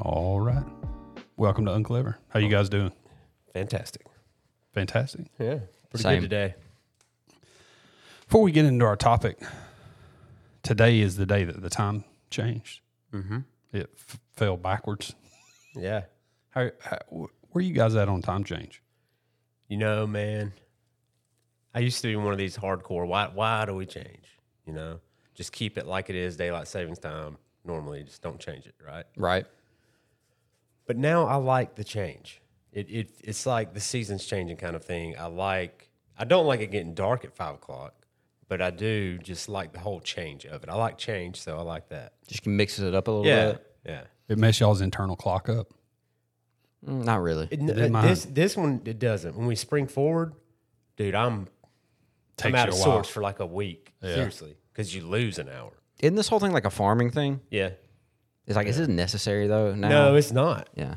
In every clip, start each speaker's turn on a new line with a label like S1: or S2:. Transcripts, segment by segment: S1: All right. Welcome to Unclever. How you guys doing?
S2: Fantastic.
S1: Fantastic.
S2: Yeah. Pretty
S3: Same.
S2: good today.
S1: Before we get into our topic, today is the day that the time changed. Mm-hmm. It f- fell backwards.
S2: Yeah.
S1: How, how, wh- where you guys at on time change?
S2: You know, man, I used to be one of these hardcore. Why why do we change? You know? Just keep it like it is, daylight savings time normally. Just don't change it, right?
S3: Right.
S2: But now I like the change. It, it it's like the seasons changing kind of thing. I like I don't like it getting dark at five o'clock, but I do just like the whole change of it. I like change, so I like that.
S3: Just mixes it up a little
S2: Yeah.
S3: bit.
S2: Yeah.
S1: It messed y'all's internal clock up.
S3: Mm, Not really.
S2: It, uh,
S1: did mine.
S2: this this one it doesn't. When we spring forward, dude, I'm
S1: Takes
S2: I'm out
S1: you
S2: of
S1: a while.
S2: sorts for like a week. Seriously, because you lose an hour.
S3: Isn't this whole thing like a farming thing?
S2: Yeah.
S3: It's like, is this necessary though? Now?
S1: Uh-huh.
S2: No, it's not.
S3: yeah.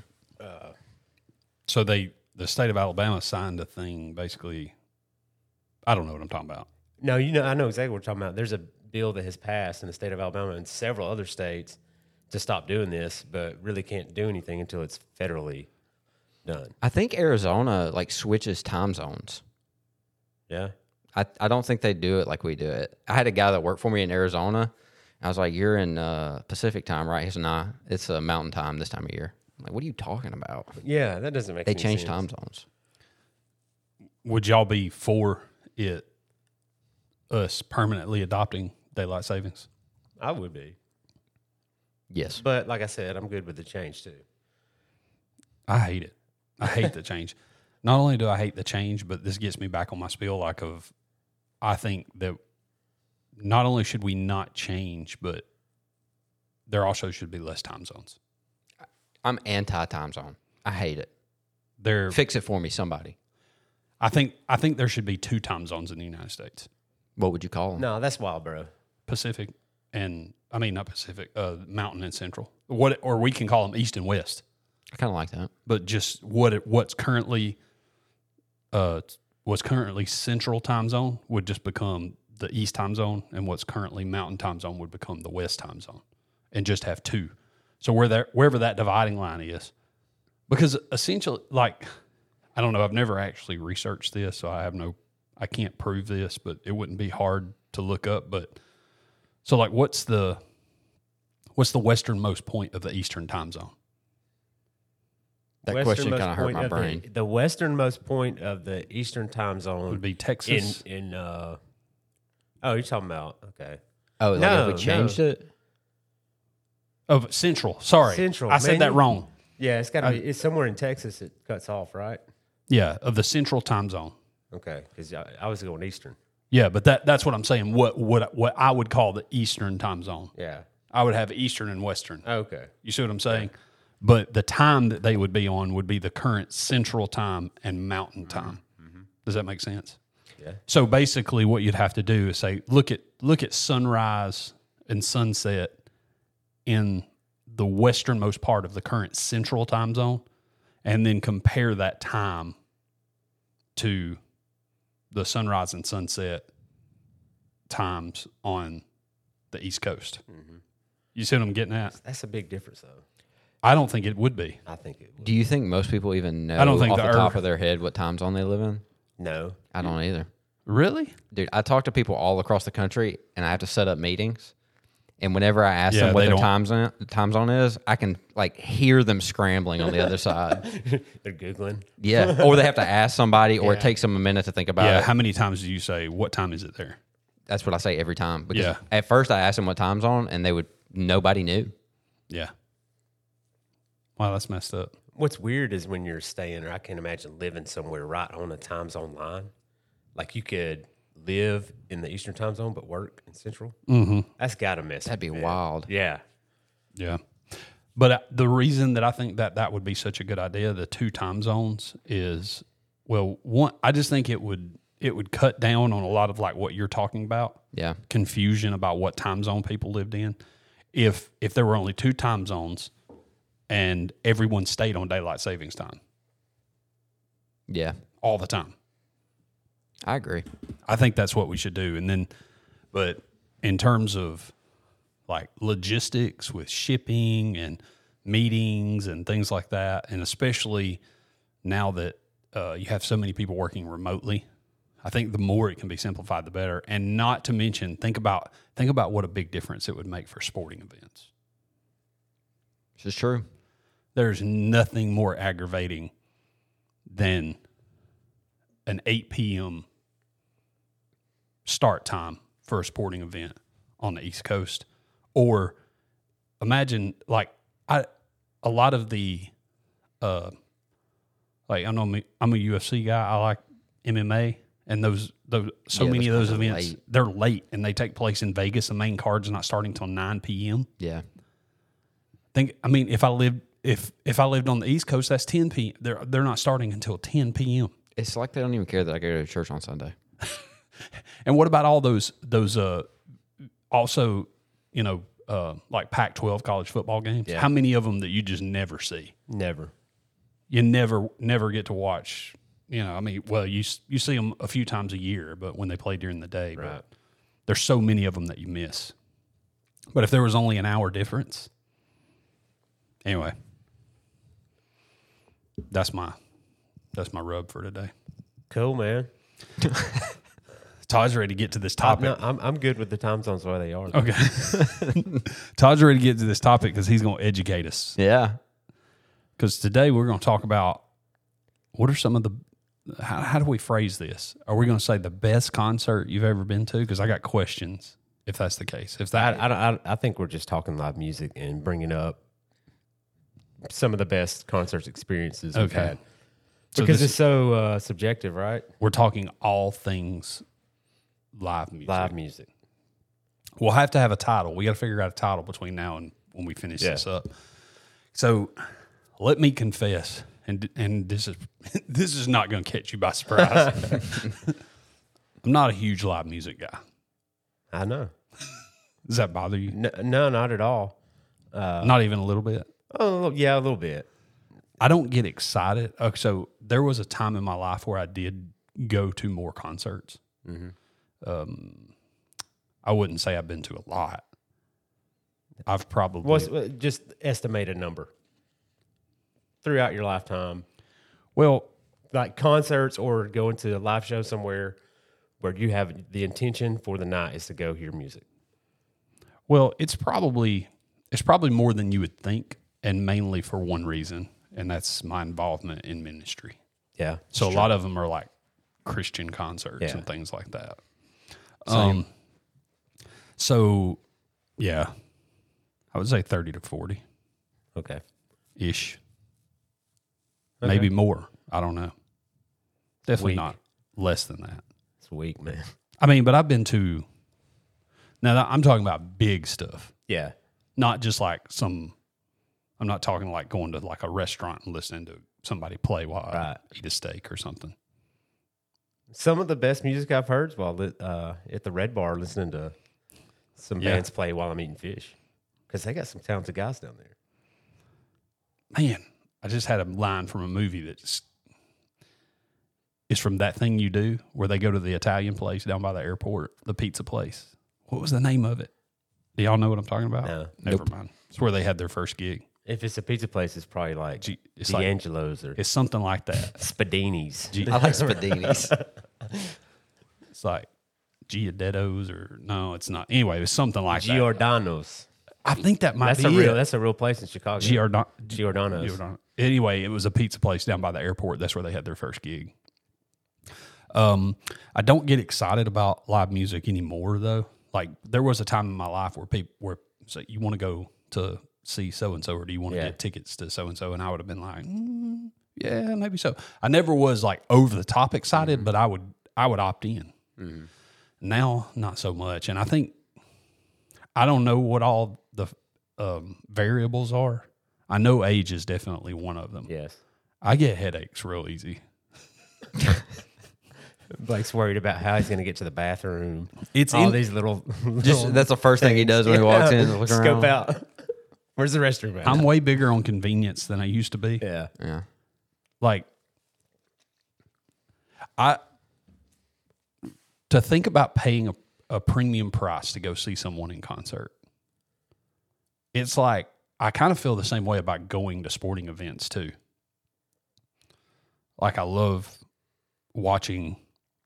S1: So they, the state of Alabama signed a thing basically. I don't know what I'm talking about.
S2: No, you know, I know exactly what we're talking about. There's a bill that has passed in the state of Alabama and several other states to stop doing this, but really can't do anything until it's federally done.
S3: I think Arizona like switches time zones.
S2: Yeah.
S3: I, I don't think they do it like we do it. I had a guy that worked for me in Arizona. I was like, "You're in uh, Pacific time, right?" He's nah. It's uh, Mountain time this time of year. I'm like, what are you talking about?
S2: Yeah, that doesn't make
S3: They
S2: any
S3: change
S2: sense.
S3: time zones.
S1: Would y'all be for it, us permanently adopting daylight savings?
S2: I would be.
S3: Yes.
S2: But like I said, I'm good with the change too.
S1: I hate it. I hate the change. Not only do I hate the change, but this gets me back on my spiel. Like of, I think that not only should we not change, but there also should be less time zones.
S3: I'm anti time zone. I hate it.
S1: There,
S3: Fix it for me, somebody.
S1: I think, I think there should be two time zones in the United States:
S3: What would you call them?
S2: No, that's wild, bro.
S1: Pacific and I mean not Pacific, uh, Mountain and Central. What, or we can call them East and West.
S3: I kind of like that.
S1: but just what it, what's currently uh what's currently central time zone would just become the east time zone and what's currently mountain time zone would become the west time zone and just have two so where that wherever that dividing line is because essentially like i don't know i've never actually researched this so i have no i can't prove this but it wouldn't be hard to look up but so like what's the what's the westernmost point of the eastern time zone
S3: That question
S2: Westernmost
S3: kind of hurt
S2: point
S3: my
S2: of the-
S3: brain.
S2: The, westernmost point of the eastern time zone
S1: would be texas
S2: in in uh oh you're talking about okay
S3: Oh, like
S2: No,
S3: if
S2: no.
S3: we changed it?
S1: of Central. Sorry,
S2: Central,
S1: I said
S2: man,
S1: that
S2: you-
S1: wrong.
S2: yeah it's got to be it's somewhere in texas it cuts off right
S1: Yeah, of the Central time zone.
S2: okay because I, I was going eastern
S1: Yeah, but that that's what I'm saying. What what what I would call the Eastern time zone.
S2: yeah
S1: I would have Eastern and Western.
S2: okay
S1: You see what I'm saying? But the time that they would be on would be the current Central time and Mountain time. Does that make sense?
S2: Yeah.
S1: So basically, what you'd have to do is say, look at look at sunrise and sunset in the westernmost part of the current Central time zone, and then compare that time to the sunrise and sunset times on the East Coast. You see what I'm getting at?
S2: that's a big difference though
S1: I don't think it would be.
S2: i think it would
S3: Do you think most people even know
S1: I don't think
S3: off the,
S1: the
S3: top
S1: Earth-
S3: of their head what time zone they live in?
S2: no
S3: I don't either.
S1: Really?
S3: Dude, I talk to people all across the country and I have to set up meetings. And whenever I ask
S1: Yeah,
S3: them what
S1: they
S3: their
S1: don't-
S3: time zone, time zone is, I can like hear them scrambling on the other side.
S2: they're googling
S3: Yeah. Or they have to ask somebody or it takes them a minute to think about
S1: yeah.
S3: it.
S1: How many times do you say, what time is it there?
S3: That's what I say every time. Because
S1: Yeah.
S3: at first I asked them what time zone and they would, nobody knew.
S1: Yeah. Wow, that's messed up.
S2: what's weird is when you're staying or i can imagine living somewhere right on a time zone line like you could live in the eastern time zone but work in central mm-hmm. that's gotta mess
S3: That'd be
S2: with me.
S3: wild.
S2: yeah
S1: Yeah. But uh, the reason that I think that that would be such a good idea, the two time zones is, well, one, I just think it would, it would cut down on a lot of like what you're talking about.
S3: Yeah.
S1: confusion about what time zone people lived in. If if there were only two time zones and everyone stayed on daylight savings time
S3: Yeah.
S1: all the time.
S3: I agree.
S1: I think that's what we should do. And then but in terms of like logistics with shipping and meetings and things like that. And especially now that uh, you have so many people working remotely, I think the more it can be simplified, the better. And not to mention, think about think about what a big difference it would make for sporting events.
S3: This is true.
S1: There's nothing more aggravating than an 8 p.m. start time for a sporting event on the East Coast. Or imagine, like, I a lot of the, uh, like I know I'm a, I'm a UFC guy. I like MMA, and those those so
S3: Yeah,
S1: many of
S3: those
S1: those
S3: kinda
S1: events
S3: late.
S1: they're late and they take place in Vegas. The main card's not starting till 9 p.m.
S3: Yeah.
S1: Think I mean if I lived if if I lived on the East Coast, that's 10 p.m. They're they're not starting until 10 p.m.
S3: It's like they don't even care that I go to church on Sunday.
S1: And what about all those those uh also you know uh like Pac-12 college football games? How many of them that you just never see?
S2: Never.
S1: You never never get to watch. You know, I mean, well, you s- you see them a few times a year, but when they play during the day, but there's so many of them that you miss. But if there was only an hour difference, anyway, that's my that's my rub for today.
S2: Cool, man.
S1: Todd's ready to get to this
S2: I'm,
S1: topic.
S2: not, I'm, I'm good with the time zones where they are.
S1: Okay. Todd's ready to get to this topic because he's going to educate us.
S3: Yeah.
S1: Because today we're going to talk about what are some of the, how, how do we phrase this? Are we going to say the best concert you've ever been to? Because I got questions if that's the case. If
S2: I,
S1: that,
S2: I, I, I think we're just talking live music and bringing up some of the best concert experiences we've
S1: Okay.
S2: had.
S1: So
S2: because
S1: this-
S2: it's so uh, subjective, right?
S1: we're talking all things live music.
S2: Live music.
S1: We'll have to have a title. We got to figure out a title between now and when we finish
S2: Yeah.
S1: this up. So let me confess, and and this is this is not going to catch you by surprise. I'm not a huge live music guy.
S2: I know.
S1: Does that bother you?
S2: No, no not at all. Uh,
S1: not even a little bit.
S2: Oh, a little- yeah, a little bit.
S1: I don't get excited. Uh, so there was a time in my life where I did go to more concerts. Um, I wouldn't say I've been to a lot. I've probably
S2: What's, uh, just estimate a number throughout your lifetime,
S1: well.
S2: like concerts or going to a live show somewhere where you have the intention for the night is to go hear music.
S1: Well, it's probably it's probably more than you would think, and mainly for one reason, and that's my involvement in ministry.
S2: Yeah.
S1: So a lot of them are like Christian concerts
S2: Yeah.
S1: and things like that. Um, so yeah, I would say thirty to forty
S2: Okay.
S1: ish, maybe more. I don't know. Definitely
S2: Weak.
S1: not less than that.
S2: It's weak, man.
S1: I mean, but I've been to. Now I'm talking about big stuff.
S2: Yeah.
S1: not just like some I'm not talking like going to like a restaurant and listening to somebody play while
S2: Right.
S1: I eat a steak or something.
S2: Some of the best music I've heard is while li- uh, at the Red Bar listening to some
S1: Yeah.
S2: bands play while I'm eating fish because they got some talented guys down there.
S1: Man, I just had a line from a movie that's it's from that thing you do where they go to the Italian place down by the airport, the pizza place. What was the name of it? Do y'all know what I'm talking about?
S2: No.
S1: Never mind. It's where they had their first gig.
S2: If it's a pizza place, it's probably like
S1: Gee, it's like-
S2: D'Angelo's or
S1: It's something like that.
S2: Spadini's.
S1: Gee,
S3: I like Spadini's.
S1: it's like Giordano's or no, it's not. Anyway, it's something like that.
S2: Giordano's.
S1: I think that might
S2: That's
S1: be
S2: a real.
S1: it.
S2: That's a real place in Chicago.
S1: Giordano-
S2: Giordano's.
S1: You don't- Anyway, it was a pizza place down by the airport. That's where they had their first gig. Um, I don't get excited about live music anymore, though. Like there was a time in my life where people where so you want to go to see so and so, or do you want to
S2: Yeah.
S1: get tickets to so and so? And I would have been like, "Mm, yeah, maybe so. I never was like over the top excited, but I would I would opt in. Now, not so much. And I think I don't know what all the um, variables are. I know age is definitely one of them.
S2: Yes.
S1: I get headaches real easy.
S2: Blake's worried about how he's going to get to the bathroom.
S1: It's
S2: all
S1: in-
S2: these little,
S3: Just that's the first thing he does when he walks in. is Look around.
S2: scope out. Where's the restroom? At?
S1: I'm way bigger on convenience than I used to be.
S2: yeah.
S3: Yeah.
S1: Like, I to think about paying a, a premium price to go see someone in concert. It's like I kind of feel the same way about going to sporting events too. Like I love watching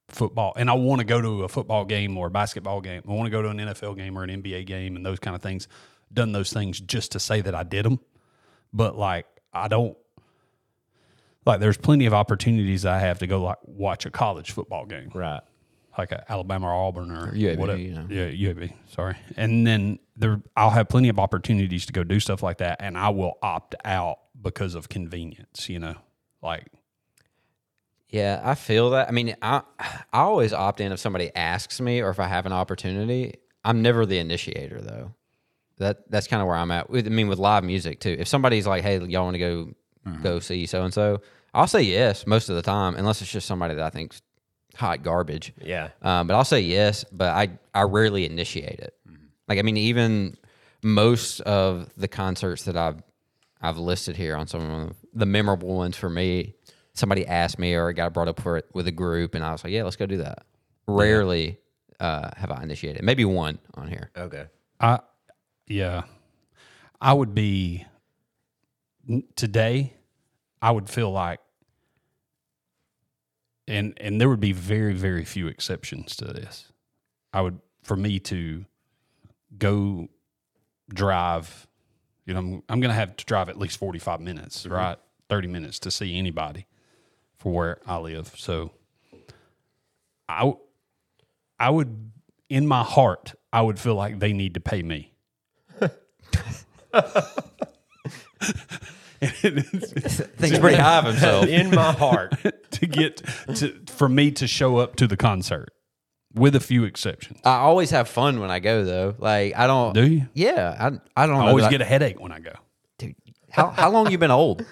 S1: football and I want to go to a football game or a basketball game. I want to go to an NFL game or an NBA game and those kind of things. Done those things just to say that I did them. But like I don't like there's plenty of opportunities I have to go like watch a college football game
S2: Right.
S1: like a Alabama or Auburn or
S3: UAB,
S1: whatever.
S3: you know.
S1: Yeah, UAB. Sorry. And then there, I'll have plenty of opportunities to go do stuff like that, and I will opt out because of convenience. You know, like
S3: Yeah, I feel that. I mean, I I always opt in if somebody asks me or if I have an opportunity. I'm never the initiator though. That that's kind of where I'm at. With, I mean, with live music too. If somebody's like, "Hey, y'all want to go
S2: Mm-hmm.
S3: go see so and so," I'll say yes most of the time, unless it's just somebody that I think's hot garbage.
S2: Yeah.
S3: Um, but I'll say yes, but I, I rarely initiate it. Like, I mean, even most of the concerts that I've, I've listed here on some of the memorable ones for me, somebody asked me or got brought up for it with a group, and I was like, yeah, let's go do that. Rarely uh, have I initiated. Maybe one on here.
S2: Okay.
S1: I, yeah, I would be n- today. I would feel like, and and there would be very very few exceptions to this. I would for me to go drive. You know, I'm I'm gonna have to drive at least forty five minutes, right? Thirty minutes to see anybody for where I live. So, I w- I would in my heart I would feel like they need to pay me.
S3: Things pretty high of himself.
S2: In my heart.
S1: to get to for me to show up to the concert, with a few exceptions.
S3: I always have fun when I go, though. Like, I don't.
S1: Do you?
S3: Yeah. I, I don't know
S1: I always
S3: that
S1: get a headache when I go.
S3: dude, how, how long you been old?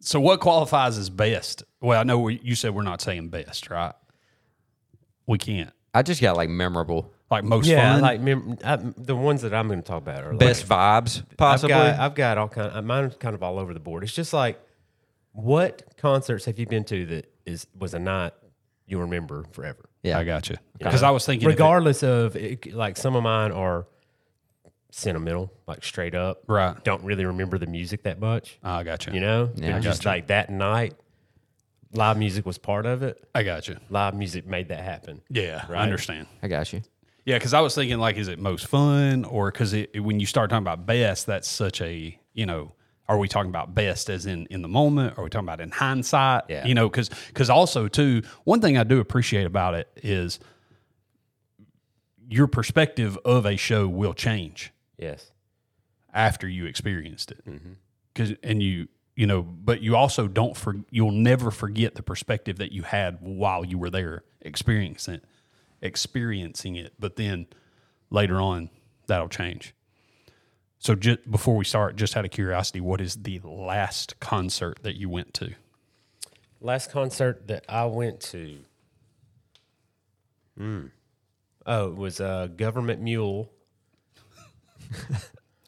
S1: So what qualifies as best? Well, I know we, you said we're not saying best, right? We can't
S3: I just got like memorable.
S1: like most
S2: Yeah.
S1: fun.
S2: Like mem- I, the ones that I'm going to talk about are like,
S3: Best vibes, possibly.
S2: I've got, I've got all kind. Of, mine's kind of all over the board. It's just like, what concerts have you been to that is was a night you remember forever?
S3: yeah.
S1: I got you because I was thinking if it-
S2: Regardless of it, like, some of mine are sentimental, like straight up.
S1: right.
S2: Don't really remember the music that much.
S1: I got you.
S2: You know,
S3: Yeah.
S2: It just like that night, live music was part of it.
S1: I got you.
S2: Live music made that happen.
S1: Yeah, I
S2: Right.
S1: understand.
S3: I got you.
S1: Yeah, because I was thinking like, is it most fun or because it, it- when you start talking about best, that's such a you know, are we talking about best as in in the moment? Are we talking about in hindsight?
S2: Yeah.
S1: you know, because because also too, one thing I do appreciate about it is your perspective of a show will change
S2: Yes.
S1: after you experienced it. Cause, and you, you know, but you also don't, for, you'll never forget the perspective that you had while you were there experiencing it, experiencing it. But then later on, that'll change. So just before we start, just out of curiosity, what is the last concert that you went to?
S2: Last concert that I went to. Hmm. Oh, it was uh, Government Mule.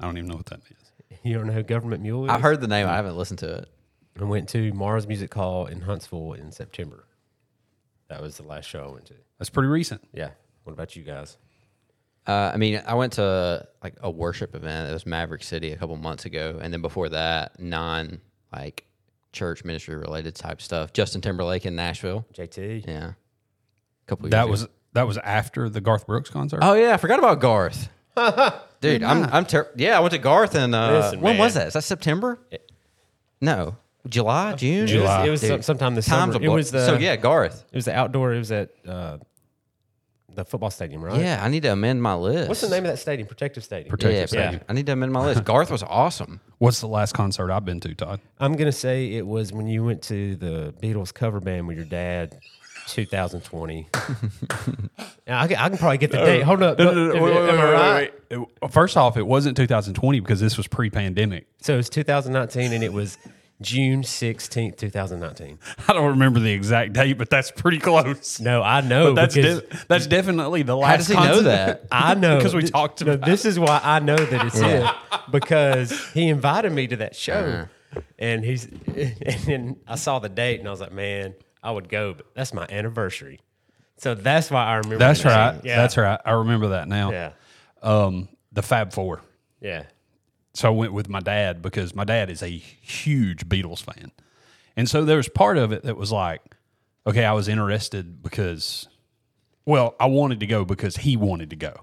S1: I don't even know what that means.
S2: You don't know who Government Mule is?
S3: I've heard the name. I haven't listened to it.
S2: I went to Mars Music Hall in Huntsville in September. That was the last show I went to.
S1: That's pretty recent.
S2: Yeah. What about you guys?
S3: Uh, I mean, I went to like a worship event. It was Maverick City a couple months ago, and then before that, non like church ministry related type stuff. Justin Timberlake in Nashville.
S2: JT?
S3: Yeah, couple.
S1: That
S3: years
S1: was,
S3: ago.
S1: that was after the Garth Brooks concert.
S3: Oh yeah, I forgot about Garth. Dude, I'm I'm ter- yeah. I went to Garth and uh,
S2: Listen,
S3: when was
S2: man.
S3: that? Is that September? No, July, June,
S2: It
S1: July.
S2: was, it was
S3: Dude.
S2: some, sometime this
S3: Times
S2: summer.
S3: a
S2: It
S3: blur.
S2: was the
S3: so yeah, Garth.
S2: It was the outdoor. It was at uh, the football stadium, right?
S3: Yeah, I need to amend my list.
S2: What's the name of that stadium? Protective Stadium.
S1: Protect-
S3: Yeah,
S1: Protective
S3: yeah. I need to amend my list. Garth was awesome.
S1: What's the last concert I've been to, Todd?
S2: I'm gonna say it was when you went to the Beatles cover band with your dad, 2020. Now, I, can, I can probably get the date. Hold up.
S1: No, no, no,
S2: Am-
S1: wait, wait,
S2: am I
S1: wait, wait,
S2: right?
S1: wait. It- First off, it wasn't 2020 because this was pre-pandemic.
S2: So it was 2019, and it was June 16th, 2019.
S1: I don't remember the exact date, but that's pretty close.
S2: No, I know.
S1: that's
S2: because
S1: de- that's definitely the last.
S3: How does he know
S1: concert-
S3: that?
S2: I know
S1: Because we
S2: Th-
S1: talked
S2: no,
S1: about
S2: this is why I know that it's
S3: Yeah.
S2: it because he invited me to that show,
S1: Uh-huh.
S2: and he's and then I saw the date and I was like, man, I would go, but that's my anniversary, so that's why I remember.
S1: That's
S2: the date.
S1: right.
S2: Yeah.
S1: That's right. I remember that now.
S2: Yeah.
S1: Um, the Fab Four.
S2: Yeah.
S1: So I went with my dad because my dad is a huge Beatles fan. And so there was part of it that was like, okay, I was interested because, well, I wanted to go because he wanted to go,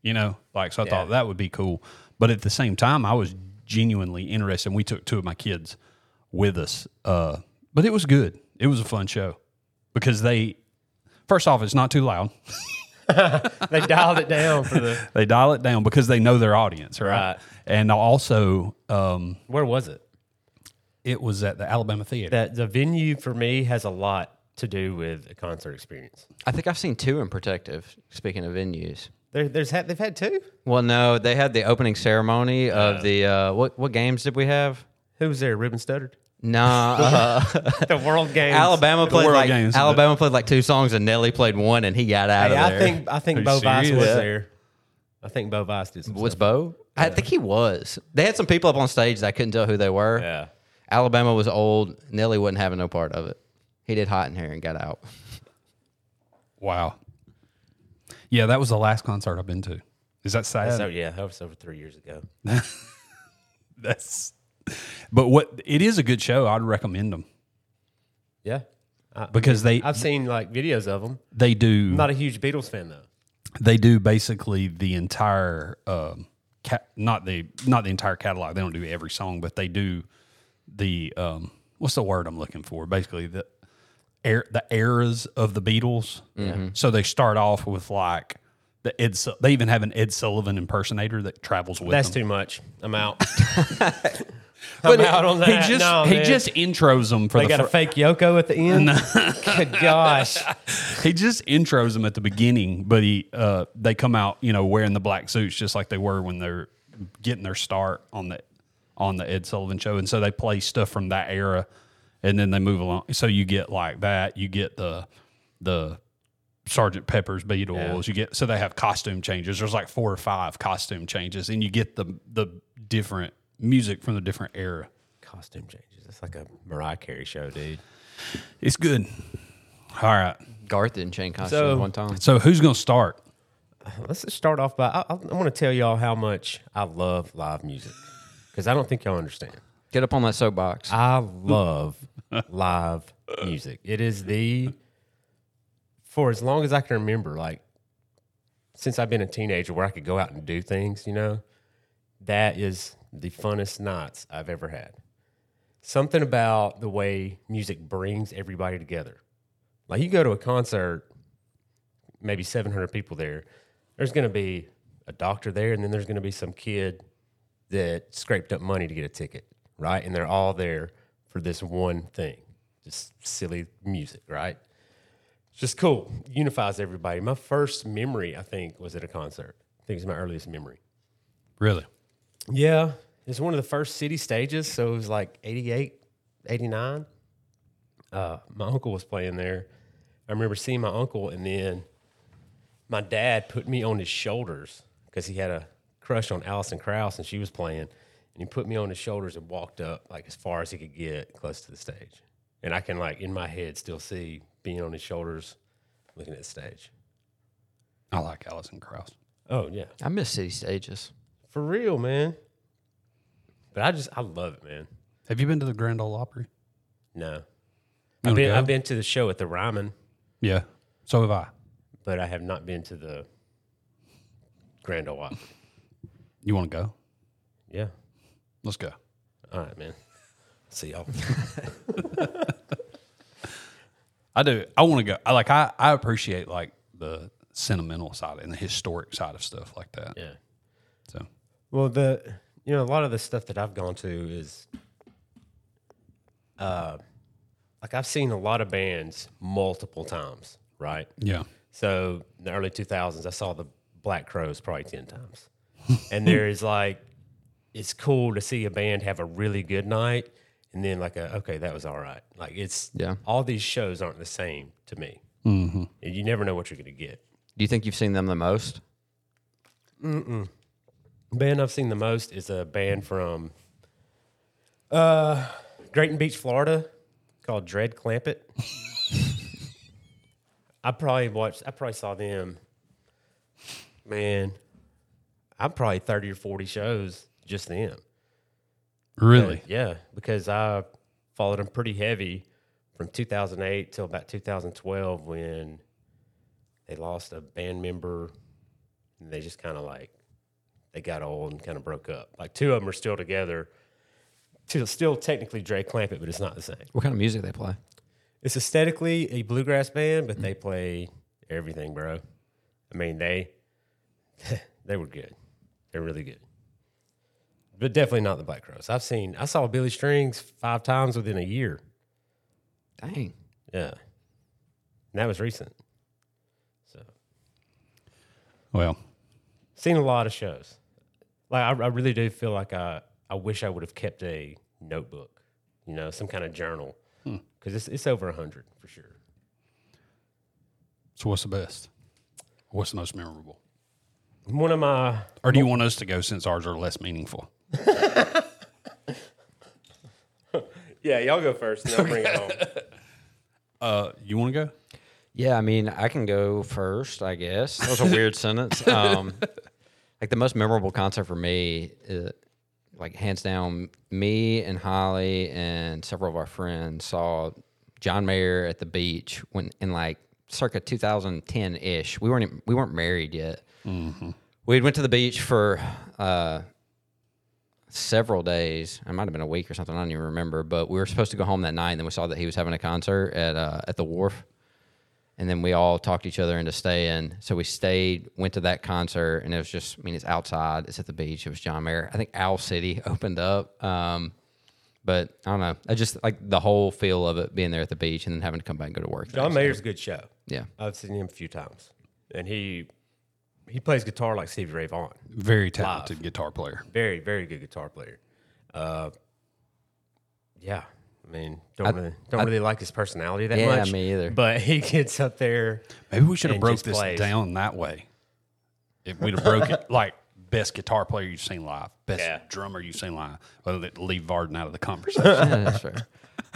S1: you know? Like, so I thought that would be cool. But at the same time, I was genuinely interested. And we took two of my kids with us. Uh, but it was good. It was a fun show because they, first off, it's not too loud.
S2: They dialed it down for the.
S1: they dial it down because they know their audience, right?
S2: Right.
S1: And also, um,
S2: Where was it?
S1: it was at the Alabama Theater.
S2: That the venue for me has a lot to do with a concert experience.
S3: I think I've seen two in Protective. Speaking of venues,
S2: There, there's had, they've had two.
S3: well, no, they had the opening ceremony of the uh, what? What games did we have?
S2: Who was there? Ruben Studdard.
S3: Nah, uh,
S2: The World Games.
S3: Alabama played
S1: World
S3: like
S1: Games, but-
S3: Alabama played like two songs, and Nelly played one, and he got out
S2: Hey,
S3: of
S2: I
S3: there.
S2: think I think
S1: Are you
S2: Bo Vice
S1: serious?
S2: was
S1: Yeah.
S2: there. I think Bo Vice did some
S3: was
S2: stuff.
S3: Bo. I think he was. They had some people up on stage that I couldn't tell who they were.
S2: Yeah.
S3: Alabama was old. Nelly wasn't having no part of it. He did hot in here and got out.
S1: Wow. Yeah, that was the last concert I've been to. Is that sad?
S2: So yeah, that was over three years ago.
S1: That's. But what it is a good show. I'd recommend them
S2: Yeah,
S1: because they
S2: I've seen like videos of them.
S1: they do
S2: I'm not a huge Beatles fan though.
S1: they do basically the entire um, ca- not the not the entire catalog. They don't do every song, but they do the um, what's the word I'm looking for? Basically the er- the eras of the Beatles.
S2: Mm-hmm.
S1: So they start off with like the Ed. Su- they even have an Ed Sullivan impersonator that travels with
S2: That's
S1: them.
S2: too much. I'm out.
S1: But
S2: I'm out on that.
S1: he just
S2: No,
S1: he
S2: man.
S1: just intros them for
S2: they
S1: the
S2: got a
S1: fir-
S2: fake Yoko at the end. Good gosh.
S1: he just intros them at the beginning, but he uh, they come out, you know, wearing the black suits just like they were when they're getting their start on the on the Ed Sullivan show, and so they play stuff from that era, and then they move along. So you get like that, you get the the Sergeant Pepper's Beatles, you get so they have costume changes. There's like four or five costume changes, and you get the the different music from the different era.
S2: Costume changes. It's like a Mariah Carey show, dude.
S1: It's good. All right.
S3: Garth didn't change costume
S2: So-
S3: one time.
S1: So who's gonna start?
S2: Let's just start off by I, I, I want to tell y'all how much I love live music because I don't think y'all understand.
S3: Get up on that soapbox.
S2: I love live music. It is the for as long as I can remember, like since I've been a teenager where I could go out and do things, you know, that is the funnest nights I've ever had. Something about the way music brings everybody together. Like you go to a concert, maybe 700 people there, there's going to be a doctor there, and then there's going to be some kid that scraped up money to get a ticket, right? And they're all there for this one thing, just silly music, right? It's just cool, unifies everybody. My first memory, I think, was at a concert. I think it's my earliest memory.
S1: Really?
S2: Yeah. It's one of the first city stages. So it was like 88, 89. Uh, my uncle was playing there. I remember seeing my uncle, and then my dad put me on his shoulders because he had a crush on Allison Krauss and she was playing. And he put me on his shoulders and walked up like as far as he could get close to the stage. And I can, like, in my head, still see being on his shoulders looking at the stage.
S1: I like Allison Krauss.
S2: Oh, yeah.
S3: I miss city stages.
S2: For real, man. But I just, I love it, man.
S1: Have you been to the Grand Ole Opry?
S2: No.
S1: You
S2: I've been,
S1: wanna
S2: I've
S1: go?
S2: been to the show at the Ryman,
S1: Yeah. So have I.
S2: but I have not been to the Grand Ole Opry.
S1: You want to go?
S2: Yeah.
S1: Let's go.
S2: All right, man. See y'all.
S1: I do. I want to go. I like. I I appreciate like the sentimental side and the historic side of stuff like that.
S2: yeah.
S1: So
S2: Well, the you know a lot of the stuff that I've gone to is, uh, like I've seen a lot of bands multiple times, right?
S1: yeah,
S2: So in the early 2000s, I saw the Black Crows probably 10 times. And there is like, it's cool to see a band have a really good night and then like, a, okay, that was all right. Like it's,
S3: Yeah.
S2: all these shows aren't the same to me. And you never know what you're going to get.
S3: Do you think you've seen them the most?
S2: Band I've seen the most is a band from uh, Grayton Beach, Florida called Dread Clampett. I probably watched, I probably saw them, man, I'm probably 30 or 40 shows just them.
S1: Really?
S2: Yeah, because I followed him pretty heavy from 2008 till about 2012 when they lost a band member. And they just kind of like they got old and kind of broke up. Like two of them are still together. Still- Still technically Dre Clampett, but it's not the same.
S3: What kind of music they play?
S2: It's aesthetically a bluegrass band, but they play everything, bro. I mean, they they were good. They're really good. But definitely not the Black Crows. I've seen I saw Billy Strings five times within a year.
S3: Dang.
S2: Yeah. And that was recent. So
S1: Well,
S2: seen a lot of shows. Like I, I really do feel like I, I wish I would have kept a notebook, you know, some kind of journal. Because it's it's over hundred for sure.
S1: so what's the best? What's the most memorable?
S2: One of my
S1: Or do you want us to go since ours are less meaningful?
S2: Yeah, y'all go first, and I'll bring it home.
S1: Uh, you want to go?
S3: Yeah, I mean, I can go first, I guess. That was a weird sentence. Um, like the most memorable concert for me, uh, like hands down, me and Holly and several of our friends saw John Mayer at the beach when in like circa 2010 ish. We weren't even- we weren't married yet. We went to the beach for uh, several days. It might have been a week or something. I don't even remember. But we were supposed to go home that night, and then we saw that he was having a concert at uh, at the wharf and then we all talked each other into staying. So we stayed, went to that concert, and it was just, I mean, it's outside, it's at the beach. It was John Mayer. I think Owl City opened up. Um, but I don't know. I just like the whole feel of it being there at the beach and then having to come back and go to work. the
S2: John
S3: next-
S2: Mayer's a good show.
S3: Yeah.
S2: I've seen him a few times, and he he plays guitar like Stevie Ray Vaughan.
S1: Very talented guitar player.
S2: Very very good guitar player. Uh, yeah, I mean don't really don't really like his personality that
S3: Yeah,
S2: much.
S3: me either.
S2: But he gets up there.
S1: Maybe we should have
S2: And
S1: broke
S2: just
S1: this
S2: plays.
S1: down that way. If we'd have broke it like best guitar player you've seen live, best drummer you've seen live, well, let- leave Varden out of the conversation.
S3: Yeah, that's fair.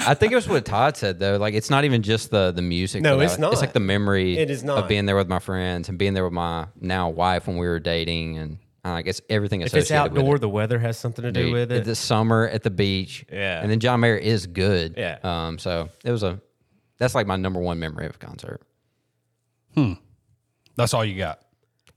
S3: I think it was what Todd said though. Like it's not even just the the music.
S2: No,
S3: that I-
S2: it's not.
S3: It's like the memory
S2: It is
S3: of
S2: not.
S3: being there with my friends and being there with my now wife when we were dating and uh, like it's everything
S2: If it's
S3: associated with it.
S2: outdoor, the weather has something to do with
S3: At
S2: it.
S3: The summer at the beach.
S2: Yeah.
S3: And then John Mayer is good.
S2: Yeah.
S3: Um, so it was a that's like my number one memory of a concert.
S1: That's all you got.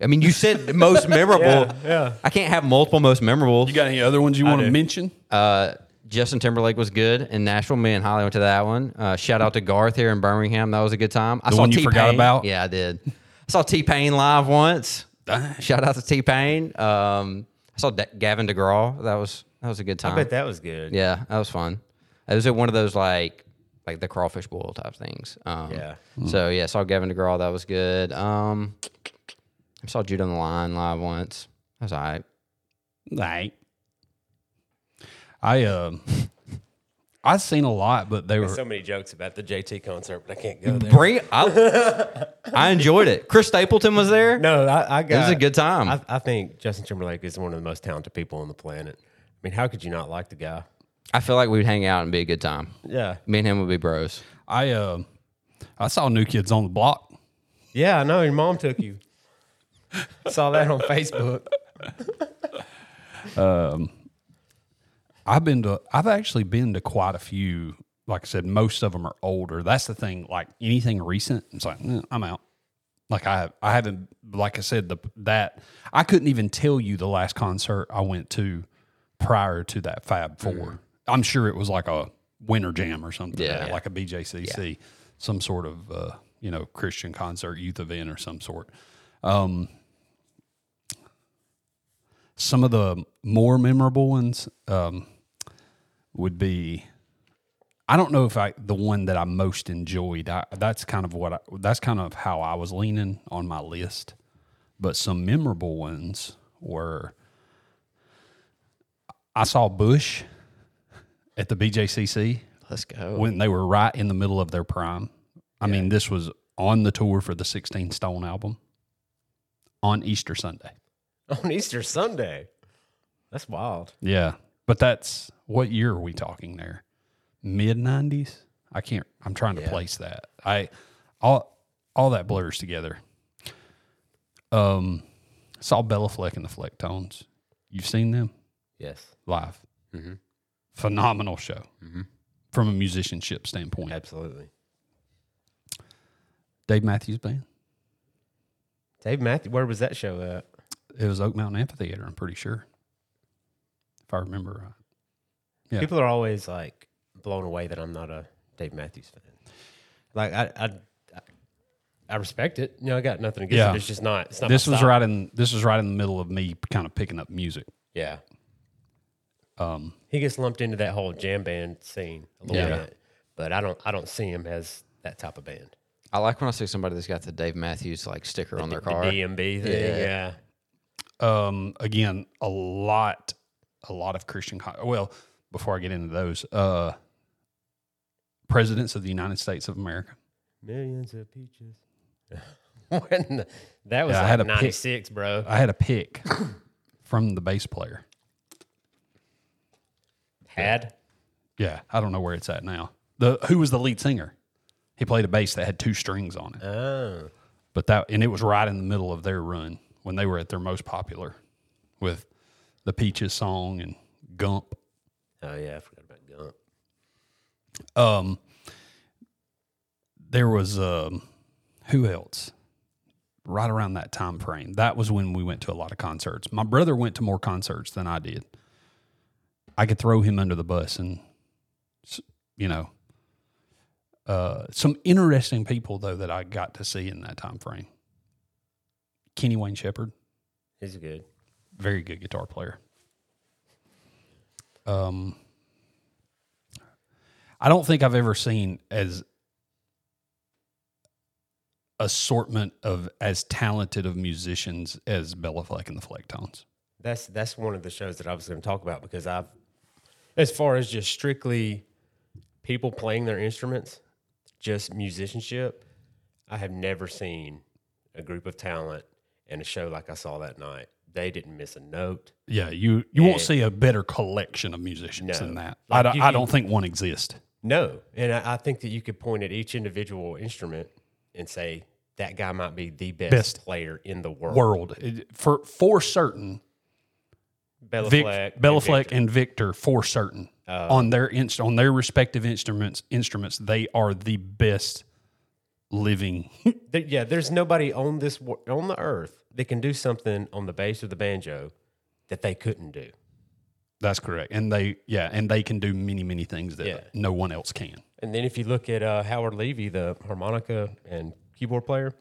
S3: I mean, you said most memorable.
S2: yeah.
S3: I can't have multiple most memorable.
S1: You got any other ones you want to mention?
S3: Uh, Justin Timberlake was good in Nashville. Me and Holly went to that one. Uh, shout out to Garth here in Birmingham. That was a good time. I
S1: The
S3: saw
S1: one you forgot
S3: T-Pain.
S1: about?
S3: Yeah, I did. I saw T Pain live once.
S1: Dang.
S3: Shout out to T Pain. Um, I saw Da- Gavin DeGraw. That was that was a good time.
S2: I bet that was good.
S3: Yeah, that was fun. It was at one of those like like the crawfish boil type things. Um,
S2: Yeah.
S3: So yeah, saw Gavin DeGraw. That was good. Um, I saw Jude on the Line live once. That was all right.
S1: Right. I um, I've seen a lot, but they were
S2: So many jokes about the JT concert, but I can't go there.
S3: Bring. I, I enjoyed it. Chris Stapleton was there.
S2: No, I, I
S3: it
S2: got
S3: was a good time.
S2: I, I think Justin Timberlake is one of the most talented people on the planet. I mean, how could you not like the guy?
S3: I feel like we'd hang out and be a good time.
S2: Yeah.
S3: Me and him would be bros.
S1: I um, I saw New Kids on the Block.
S2: Yeah, I know. Your mom took you. Saw that on Facebook.
S1: I've been to I've actually been to quite a few. Like I said, most of them are older. That's the thing. Like anything recent, it's like "Nah, I'm out. Like I I haven't like I said the that I couldn't even tell you the last concert I went to prior to that Fab 4 i I'm sure it was like a winter jam or something,
S3: Mm-hmm. Yeah.
S1: like a BJCC, some sort of uh, you know Christian concert, youth event, or some sort. Um, some of the more memorable ones um, would be I don't know if I the one that I most enjoyed. I, that's kind of what I, that's kind of how I was leaning on my list. But some memorable ones were I saw Bush at the BJCC
S3: Let's go.
S1: when they were right in the middle of their prime. I mean, this was on the tour for the 16 Stone album on Easter Sunday.
S2: on Easter Sunday. That's wild.
S1: Yeah. But that's what year are we talking there? Mid 90s? I can't I'm trying to place that. I all all that blurs together. Um saw Bella Fleck and the Flecktones. You've seen them
S2: Yes.
S1: live. phenomenal show from a musicianship standpoint.
S2: Absolutely.
S1: Dave Matthews Band.
S2: Dave Matthews, where was that show at?
S1: It was Oak Mountain Amphitheater, I'm pretty sure, if I remember right. Yeah.
S2: People are always like blown away that I'm not a Dave Matthews fan. Like I, I, I respect it. You know, I got nothing against
S1: Yeah.
S2: it. It's just not. It's not.
S1: This
S2: my
S1: was
S2: style.
S1: right in this was right in the middle of me kind of picking up music.
S2: Yeah,
S1: Um,
S2: he gets lumped into that whole jam band scene a little
S1: Yeah.
S2: bit, but I don't. I don't see him as that type of band.
S3: I like when I see somebody that's got the Dave Matthews like sticker on their car.
S2: The DMB thing.
S3: Yeah.
S2: Yeah.
S1: um, again, a lot, a lot of Christian. co- Well, before I get into those, uh, presidents of the United States of America.
S2: Millions of peaches. when that was
S1: Yeah, I
S2: like
S1: had a pic-
S2: '96, bro.
S1: I had a pick from the bass player.
S2: Had
S1: Yeah, I don't know where it's at now. The who was the lead singer? He played a bass that had two strings on it.
S2: oh,
S1: But that and it was right in the middle of their run when they were at their most popular with the Peaches song and Gump.
S2: oh yeah, I forgot about Gump.
S1: Um there was um who else? Right around that time frame. That was when we went to a lot of concerts. My brother went to more concerts than I did. I could throw him under the bus and s- you know uh, some interesting people though that I got to see in that time frame. Kenny Wayne Shepherd,
S2: He's good.
S1: very good guitar player. Um, I don't think I've ever seen as assortment of as talented of musicians as Bella Fleck and the Flecktones.
S2: That's that's one of the shows that I was going to talk about because I've, as far as just strictly people playing their instruments, just musicianship, I have never seen a group of talent and a show like I saw that night. They didn't miss a note.
S1: Yeah, you you won't see a better collection of musicians
S2: No.
S1: than that. I
S2: Like,
S1: don't,
S2: you
S1: I
S2: can-
S1: don't think one exists.
S2: No, and I, I think that you could point at each individual instrument and say that guy might be the best,
S1: Best.
S2: player in the world.
S1: World It- for for certain.
S2: Bella
S1: Vic,
S2: Fleck, and
S1: Bella Fleck
S2: Victor. Oh.
S1: and Victor for certain on their inst- on their respective instruments instruments they are the best living
S2: There- yeah, there's nobody on this wor- on the earth that can do something on the bass or the banjo that they couldn't do.
S1: that's correct and they yeah and they can do many many things that
S2: Yeah.
S1: no one else can
S2: And then if you look at uh, Howard Levy, the harmonica and keyboard player,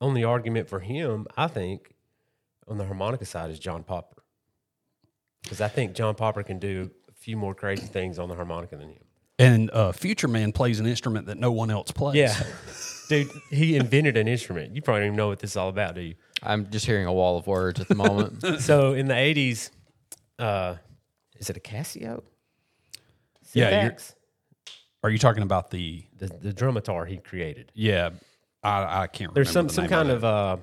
S2: only argument for him, I think, on the harmonica side is John Popper, because I think John Popper can do a few more crazy things on the harmonica than him.
S1: and uh, future man plays an instrument that no one else plays
S2: Yeah, dude, he invented an instrument. You probably don't even know what this is all about, do you?
S3: I'm just hearing a wall of words at the moment.
S2: So in the '80s, uh, is it a Casio?
S1: Yeah, you're-
S2: Syntax?
S1: are you talking about the
S2: the the drumatar he created.
S1: yeah i, I can't
S2: There's some
S1: remember the
S2: some
S1: name
S2: kind
S1: it.
S2: of uh,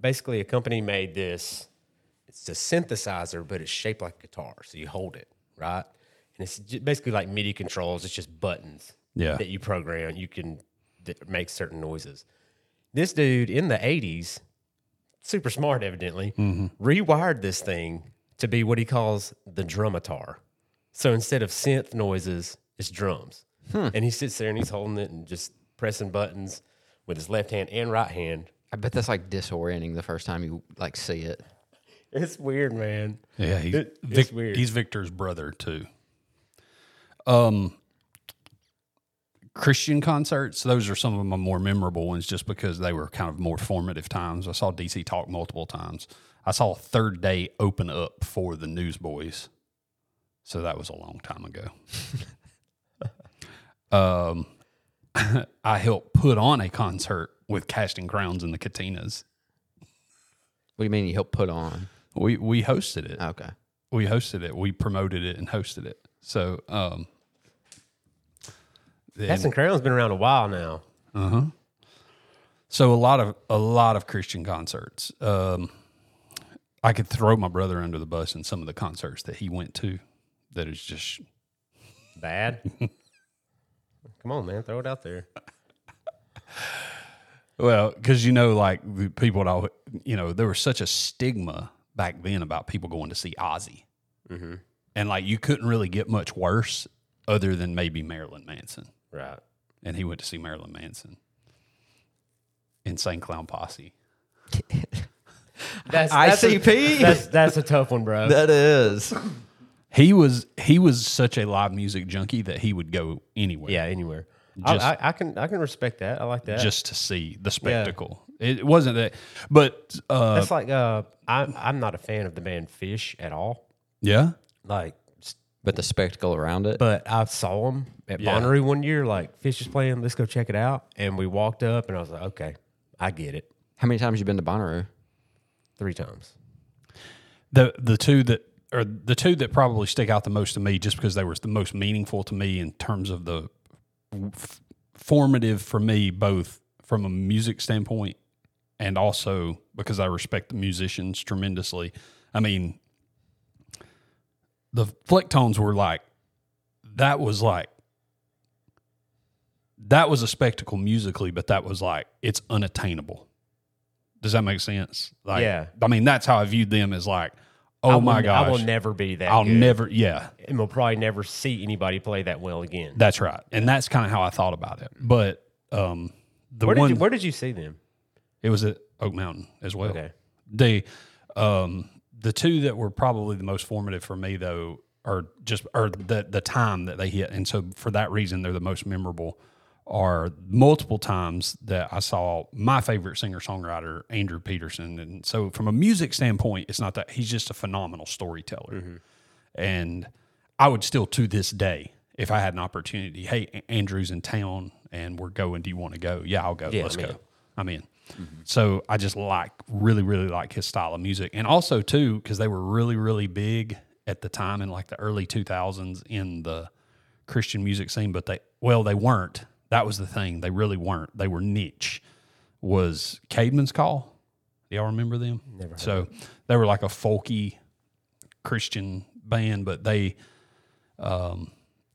S2: basically a company made this. It's a synthesizer, but it's shaped like a guitar, so you hold it right, and it's ju- basically like MIDI controls. It's just buttons
S1: Yeah.
S2: that you program. You can d- make certain noises. This dude in the '80s, super smart, evidently,
S1: Mm-hmm.
S2: rewired this thing to be what he calls the drumatar. So instead of synth noises, it's drums.
S1: Hmm.
S2: And he sits there and he's holding it and just pressing buttons with his left hand and right hand.
S3: I bet that's like disorienting the first time you like see it.
S2: It's weird, man.
S1: yeah he's,
S2: It- it's
S1: Vic-
S2: weird.
S1: he's victor's brother too um Christian concerts, those are some of my more memorable ones just because they were kind of more formative times. I saw DC Talk multiple times. I saw Third Day open up for the Newsboys. So that was a long time ago. um, I helped put on a concert with Casting Crowns and the Catinas.
S3: What do you mean you helped put on?
S1: We, we hosted it.
S3: Okay.
S1: we hosted it. We promoted it and hosted it. So, um,
S2: Casting Crown's been around a while now.
S1: so a lot of a lot of Christian concerts. Um, I could throw my brother under the bus in some of the concerts that he went to. That is just
S2: Bad. Come on, man. Throw it out there.
S1: well, because you know, like the people would all, you know, there was such a stigma back then about people going to see Ozzy. and like you couldn't really get much worse other than maybe Marilyn Manson.
S2: Right.
S1: And he went to see Marilyn Manson. Insane Clown Posse.
S2: That's,
S3: ICP?
S2: A, that's that's a tough one, bro.
S3: That is.
S1: He was he was such a live music junkie that he would go anywhere
S2: yeah, anywhere.
S1: Just-
S2: I, I, I can I can respect that. I like that.
S1: just to see the spectacle. It wasn't that, but uh,
S2: that's like uh, I I'm not a fan of the band Fish at all.
S1: yeah,
S2: Like, s-
S3: But the spectacle around it.
S2: but I saw them at
S1: Yeah.
S2: Bonnery one year. Like Fish is playing. Let's go check it out. And we walked up, and I was like, okay, I get it.
S3: How many times you been to Bonnaroo?
S2: Three times.
S1: the the two that or the two that probably stick out the most to me, just because they were the most meaningful to me in terms of the f- formative for me, both from a music standpoint and also because I respect the musicians tremendously. I mean, the Flecktones were like that was like that was a spectacle musically, but that was like it's unattainable. Does that make sense? Like,
S2: Yeah.
S1: I mean, that's how I viewed them as like,
S2: I
S1: oh
S2: will-
S1: my
S2: I will
S1: gosh,
S2: never be that.
S1: I'll
S2: good.
S1: never, yeah,
S2: and we'll probably never see anybody play that well again.
S1: that's right, and that's kind of how I thought about it. But um, the
S2: where,
S1: one
S2: did you, where did you see them?
S1: it was at Oak Mountain as well.
S2: Okay.
S1: They, um, the two that were probably the most formative for me though are just are the the time that they hit, and so for that reason they're the most memorable. Are multiple times that I saw my favorite singer songwriter Andrew Peterson, and so from a music standpoint, it's not that he's just a phenomenal storyteller, and I would still to this day. If I had an opportunity, hey, A- Andrew's in town and we're going. Do you want to go? Yeah, I'll go. Let's
S2: I'm in.
S1: go. I'm in. So I just like really, really like his style of music, and also too because they were really, really big at the time in like the early two thousands in the Christian music scene. But they, well, they weren't. That was the thing. They really weren't. They were niche. Was Cademan's Call? Do y'all remember them? Never. so they were like a folky Christian band, but they um,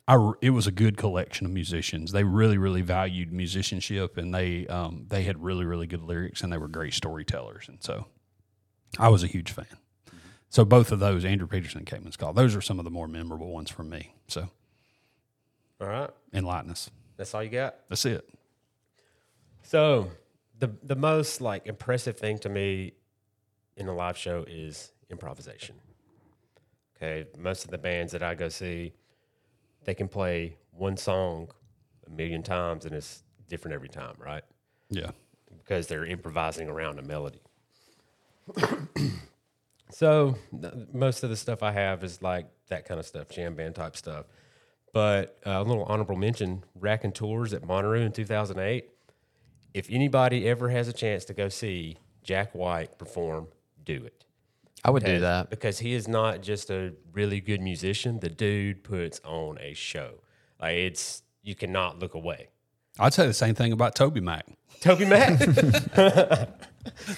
S1: I r it was a good collection of musicians. They really, really valued musicianship, and they um, they had really, really good lyrics, and they were great storytellers. And so, I was a huge fan. So both of those, Andrew Peterson and Caitlin's Call, those are some of the more memorable ones for me. So
S2: All right,
S1: enlighten us.
S2: that's all you got.
S1: That's it.
S2: So the the most like impressive thing to me in a live show is improvisation. Okay, most of the bands that I go see, they can play one song a million times and it's different every time, right?
S1: Yeah.
S2: Because they're improvising around a melody. so th- most of the stuff I have is like that kind of stuff, jam band type stuff. But uh, a little honorable mention: Rack and Tours at Monterey in 2008 if anybody ever has a chance to go see Jack White perform, do it.
S3: I would do that.
S2: Because he is not just a really good musician. The dude puts on a show. Like it's you cannot look away.
S1: I'd say the same thing about Toby Mac.
S2: Toby Mac.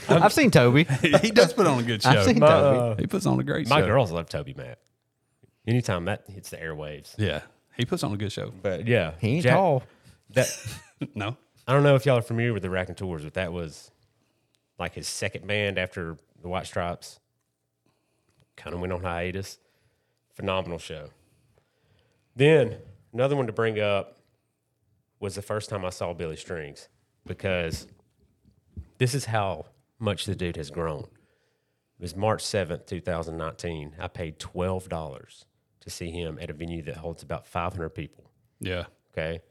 S3: I've seen Toby.
S1: he does put on a good
S3: I've
S1: show.
S3: seen Toby.
S2: Uh,
S1: he puts on a great
S2: My
S1: show.
S2: girls love Toby Mac. Anytime that hits the airwaves.
S1: Yeah, he puts on a good show.
S2: But yeah.
S3: He ain't
S2: Jack-
S3: tall.
S2: That
S1: No.
S2: I don't know if y'all are familiar with the Rack and Tours, but that was like his second band after the White Stripes. Kind of went on hiatus. Phenomenal show. Then another one to bring up was the first time I saw Billy Strings because this is how much the dude has grown. It was March 7th, 2019. I paid $12 to see him at a venue that holds about 500 people
S1: Yeah.
S2: okay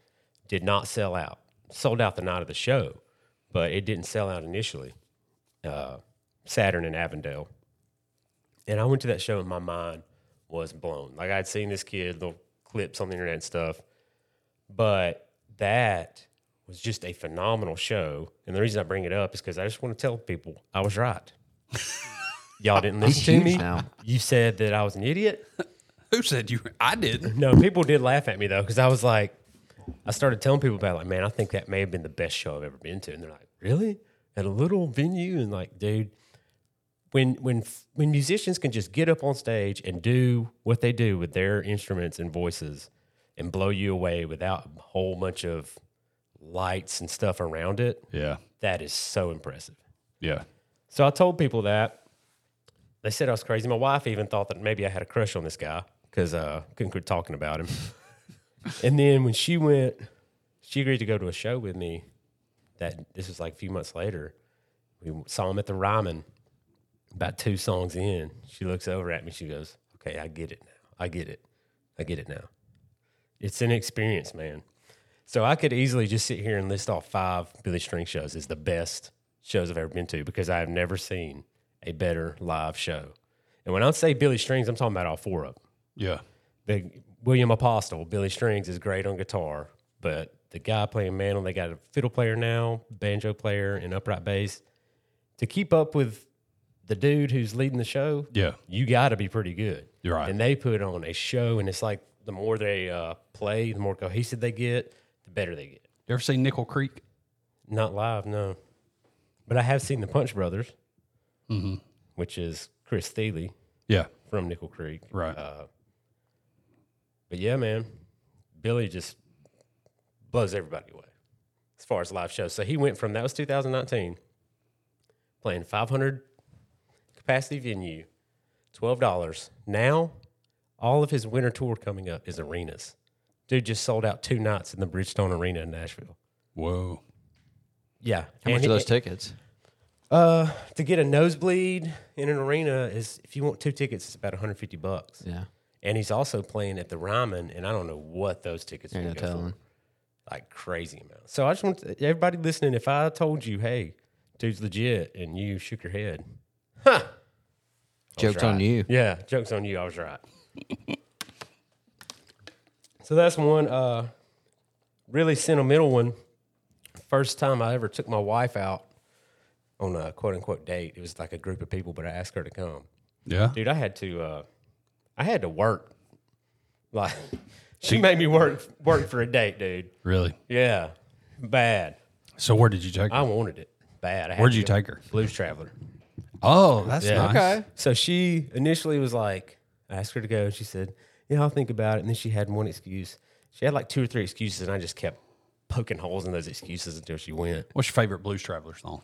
S2: did not sell out sold out the night of the show but it didn't sell out initially uh, saturn in avondale and i went to that show and my mind was blown like i'd seen this kid little clips on the internet and stuff but that was just a phenomenal show and the reason i bring it up is because i just want to tell people i was right y'all didn't listen to
S3: huge
S2: me
S3: now.
S2: you said that i was an idiot
S1: Who said you? I did.
S2: no, people did laugh at me though because I was like, I started telling people about it, like, man, I think that may have been the best show I've ever been to, and they're like, really? At a little venue, and like, dude, when when when musicians can just get up on stage and do what they do with their instruments and voices, and blow you away without a whole bunch of lights and stuff around it,
S1: Yeah.
S2: that is so impressive.
S1: Yeah.
S2: So I told people that. They said I was crazy. My wife even thought that maybe I had a crush on this guy because uh, couldn't quit talking about him. and then when she went, she agreed to go to a show with me. That this was like a few months later. We saw him at the Ryman. About two songs in, she looks over at me. She goes, "Okay, I get it now. I get it. I get it now. It's an experience, man." So I could easily just sit here and list off five Billy String shows as the best shows I've ever been to because I have never seen a better live show. And when I say Billy Strings, I'm talking about all four of them.
S1: Yeah.
S2: The William Apostle, Billy Strings is great on guitar, but the guy playing Mantle, they got a fiddle player now, banjo player, and upright bass. To keep up with the dude who's leading the show,
S1: Yeah.
S2: you got to be pretty good.
S1: You're right.
S2: And they put on a show, and it's like the more they uh, play, the more cohesive they get, the better they get.
S1: You ever seen Nickel Creek?
S2: Not live, no. But I have seen the Punch Brothers,
S3: Mm-hmm.
S2: which is Chris Thiele
S1: Yeah.
S2: from Nickel Creek.
S1: Right.
S2: Uh, but yeah, man, Billy just blows everybody away as far as live shows. So he went from that was 2019, playing 500 capacity venue, twelve dollars. Now, all of his winter tour coming up is arenas. Dude just sold out two nights in the Bridgestone Arena in Nashville.
S1: Whoa.
S2: Yeah,
S3: How much
S2: And
S3: are
S2: he-
S3: those tickets?
S2: Uh, to get a nosebleed in an arena is if you want two tickets, it's about 150 bucks.
S3: Yeah,
S2: And he's also playing at the Ryman, and I don't know what those tickets are
S3: you're
S2: going
S3: not
S2: to go for.
S3: telling.
S2: Like crazy amount. So I just want to- everybody listening. If I told you, hey, dude's legit, and you shook your head, huh? I was
S3: Joke's on
S2: right.
S3: you.
S2: Yeah, jokes on you. I was right. so that's one uh, really sentimental one. First time I ever took my wife out on a quote unquote date. It was like a group of people, but I asked her to come.
S1: Yeah.
S2: Dude, I had to, uh, I had to work. Like she made me work work for a date, dude.
S1: Really.
S2: Yeah, bad.
S1: So where did you take her?
S2: I wanted it bad. I had
S1: Where'd
S2: to
S1: you
S2: go-
S1: take her?
S2: Blues Traveler.
S1: Oh, that's nice.
S3: Okay.
S2: So she initially was like, I asked her to go. and She said, Yeah, I'll think about it. And then she had one excuse. She had like two or three excuses, and I just kept poking holes in those excuses until she went.
S1: What's your favorite Blues Traveler song?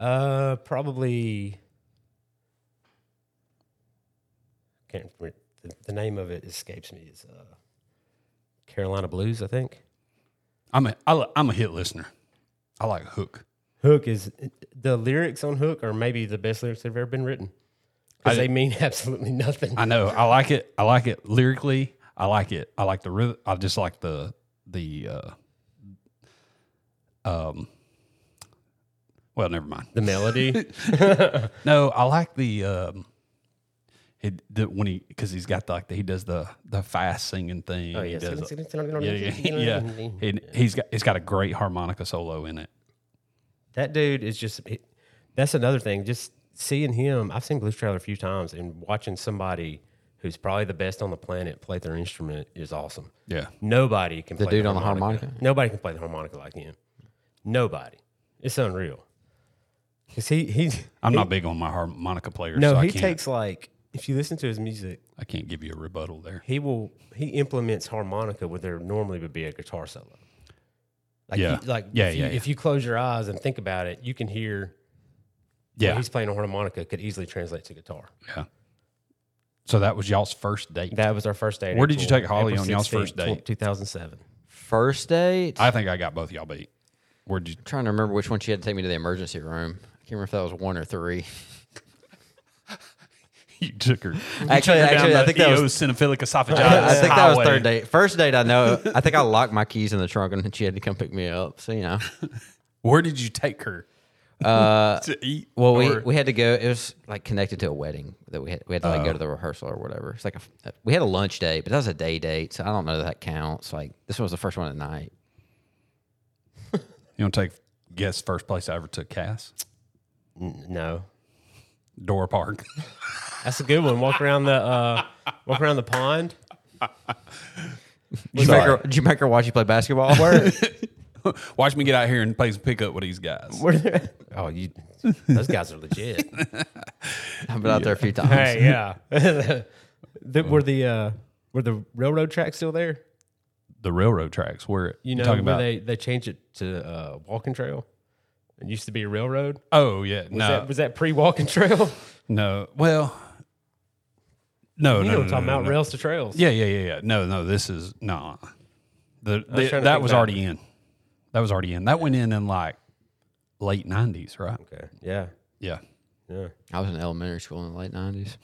S2: Uh, probably. Can't remember. The, the name of it escapes me. It's uh, Carolina Blues, I think.
S1: I'm a I, li- I'm a hit listener. I like Hook.
S2: Hook is the lyrics on Hook are maybe the best lyrics that have ever been written because they mean absolutely nothing.
S1: I know. I like it. I like it lyrically. I like it. I like the rhythm. I just like the the uh um well, never mind.
S2: the melody.
S1: No, I like the um it, the, when he because he's got like the, he does the the fast singing thing.
S2: Oh,
S1: He
S2: yes.
S1: does- yeah, yeah, yeah.
S2: yeah.
S1: And he's got it's got a great harmonica solo in it.
S2: That dude is just. he- that's another thing. Just seeing him, I've seen Blues Traveler a few times, and watching somebody who's probably the best on the planet play their instrument is awesome.
S1: Yeah,
S2: Nobody can.
S3: The
S2: play
S3: dude on the harmonica?
S2: Nobody can play the harmonica like him. Nobody. It's unreal. Cause he he.
S1: I'm not big on my harmonica players.
S2: No,
S1: so I
S2: he
S1: can't,
S2: takes like if you listen to his music,
S1: I can't give you a rebuttal there.
S2: he will he implements harmonica where there normally would be a guitar solo. Like
S1: Yeah.
S2: you, like
S1: Yeah,
S2: if, you,
S1: yeah, yeah.
S2: if you close your eyes and think about it, you can hear
S1: Yeah,
S2: what he's playing on harmonica could easily translate to guitar.
S1: yeah. So that was y'all's first date.
S2: That was our first date.
S1: Where did you take Holly on y'all's first date?
S2: Two thousand seven.
S3: First date.
S1: I think I got both y'all beat. Where'd you?
S3: trying to remember which one she had to take me to the emergency room. I can't remember if that was one or three.
S1: You took her.
S3: Actually- actually, I think that was-
S1: cinephilic esophagitis.
S3: I think that was
S1: highway.
S3: third date. First date, I know. I think I locked my keys in the trunk and she had to come pick me up. So, you know.
S1: Where did you take her? Uh, to eat.
S3: Well, we,
S1: or-
S3: we had to go. It was like connected to a wedding that we had. We had to like
S2: Oh.
S3: go to the rehearsal or whatever. It's like a, we had a lunch date, but that was a day date, so I don't know that that counts. Like this one was the first one at night.
S1: you don't take guess first place I ever took Cass
S2: No,
S1: Dora Park.
S2: that's a good one. Walk around the uh, walk around the pond.
S3: Did you, make her, did you make her watch you play basketball? Where?
S1: Watch me get out here and play some pickup with these guys.
S2: oh, you those guys are legit.
S3: I've been out there a few times.
S2: hey, yeah. the, were the uh, were the railroad tracks still there?
S1: The railroad tracks. Where
S2: You know,
S1: talking
S2: where
S1: about?
S2: they they changed it to uh, walking trail. It used to be a railroad.
S1: oh yeah,
S2: Was
S1: no,
S2: that, was that pre walking trail?
S1: no. Well, No,
S2: You
S1: Oh, no,
S2: know
S1: no,
S2: what I'm talking
S1: no,
S2: about,
S1: no.
S2: rails to trails.
S1: Yeah, yeah, yeah, yeah. No, no, this is no. The,
S2: was
S1: the-
S2: trying to
S1: that
S2: think
S1: was
S2: back.
S1: already in. That was already in. That went in in like late nineties, right?
S2: Okay. Yeah.
S1: Yeah.
S2: Yeah.
S3: I was in elementary school in the late nineties.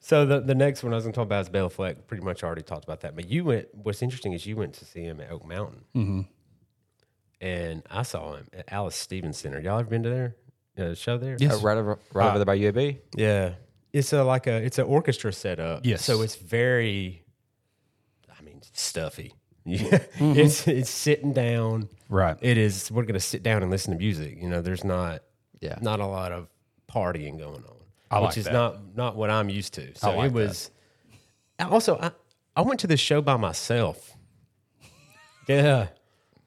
S2: So the, the next one I was going to talk about is Bela Fleck. Pretty much already talked about that. But you went. What's interesting is you went to see him at Oak Mountain,
S1: Mhm.
S2: and I saw him at Alice Stevens Center. Y'all ever been to there? Uh, show there? Uh,
S1: Yes.
S3: right over, right over there by UAB.
S2: Yeah. It's a like a it's an orchestra setup.
S1: Yes.
S2: So it's very, I mean, stuffy. Yeah.
S1: Mm-hmm.
S2: It's it's sitting down.
S1: Right.
S2: It is. We're gonna sit down and listen to music. You know, there's not
S3: Yeah.
S2: not a lot of partying going on,
S1: I
S2: which
S1: like
S2: is
S1: that.
S2: not not what I'm used to. So
S1: like
S2: it was. and Also, I I went to this show by myself. yeah.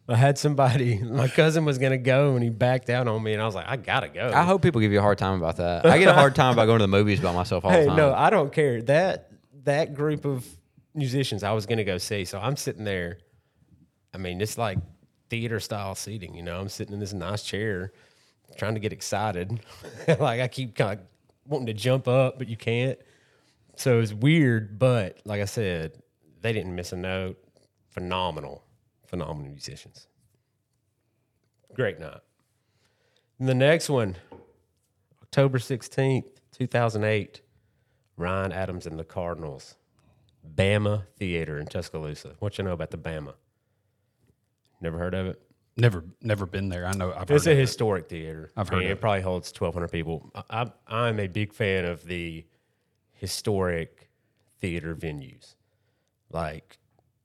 S2: I had somebody. My cousin was gonna go, and he backed out on me, and I was like, "I gotta go."
S3: I hope people give you a hard time about that. I get a hard time about going to the movies by myself all
S2: Hey,
S3: the time.
S2: no, I don't care. That that group of musicians I was gonna go see. So I'm sitting there. I mean, it's like theater style seating, you know. I'm sitting in this nice chair trying to get excited. like I keep kind of wanting to jump up, but you can't. So it's weird, but like I said, they didn't miss a note. Phenomenal, phenomenal musicians. Great night. And the next one, October 16th, 2008, Ryan Adams and the Cardinals, Bama Theater in Tuscaloosa. What you know about the Bama? Never heard of it?
S1: Never, never been there. I know. I've heard
S2: It's a
S1: of it.
S2: historic theater.
S1: I've heard
S2: And
S1: of
S2: it,
S1: it.
S2: probably holds 1,200 people. I, I, I'm a big fan of the historic theater venues, like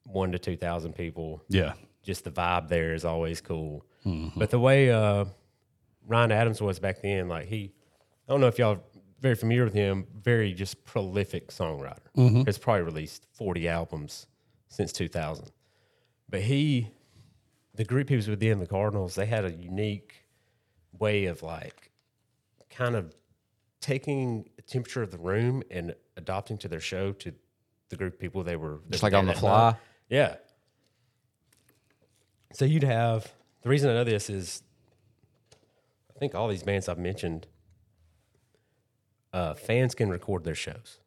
S2: one to 2,000 people
S1: Yeah.
S2: just the vibe there is always cool. But the way uh, Ryan Adams was back then, like he, I don't know if y'all are very familiar with him, very just prolific songwriter. Has probably released 40 albums since 2000. But he, the group he was with then, the Cardinals, they had a unique way of like kind of taking the temperature of the room and adopting to their show to the group of people they were
S3: Just
S2: that
S3: like
S2: were
S3: on
S2: there that
S3: the fly?
S2: night. Yeah. So you'd have the reason I know this is I think all these bands I've mentioned, uh, fans can record their shows.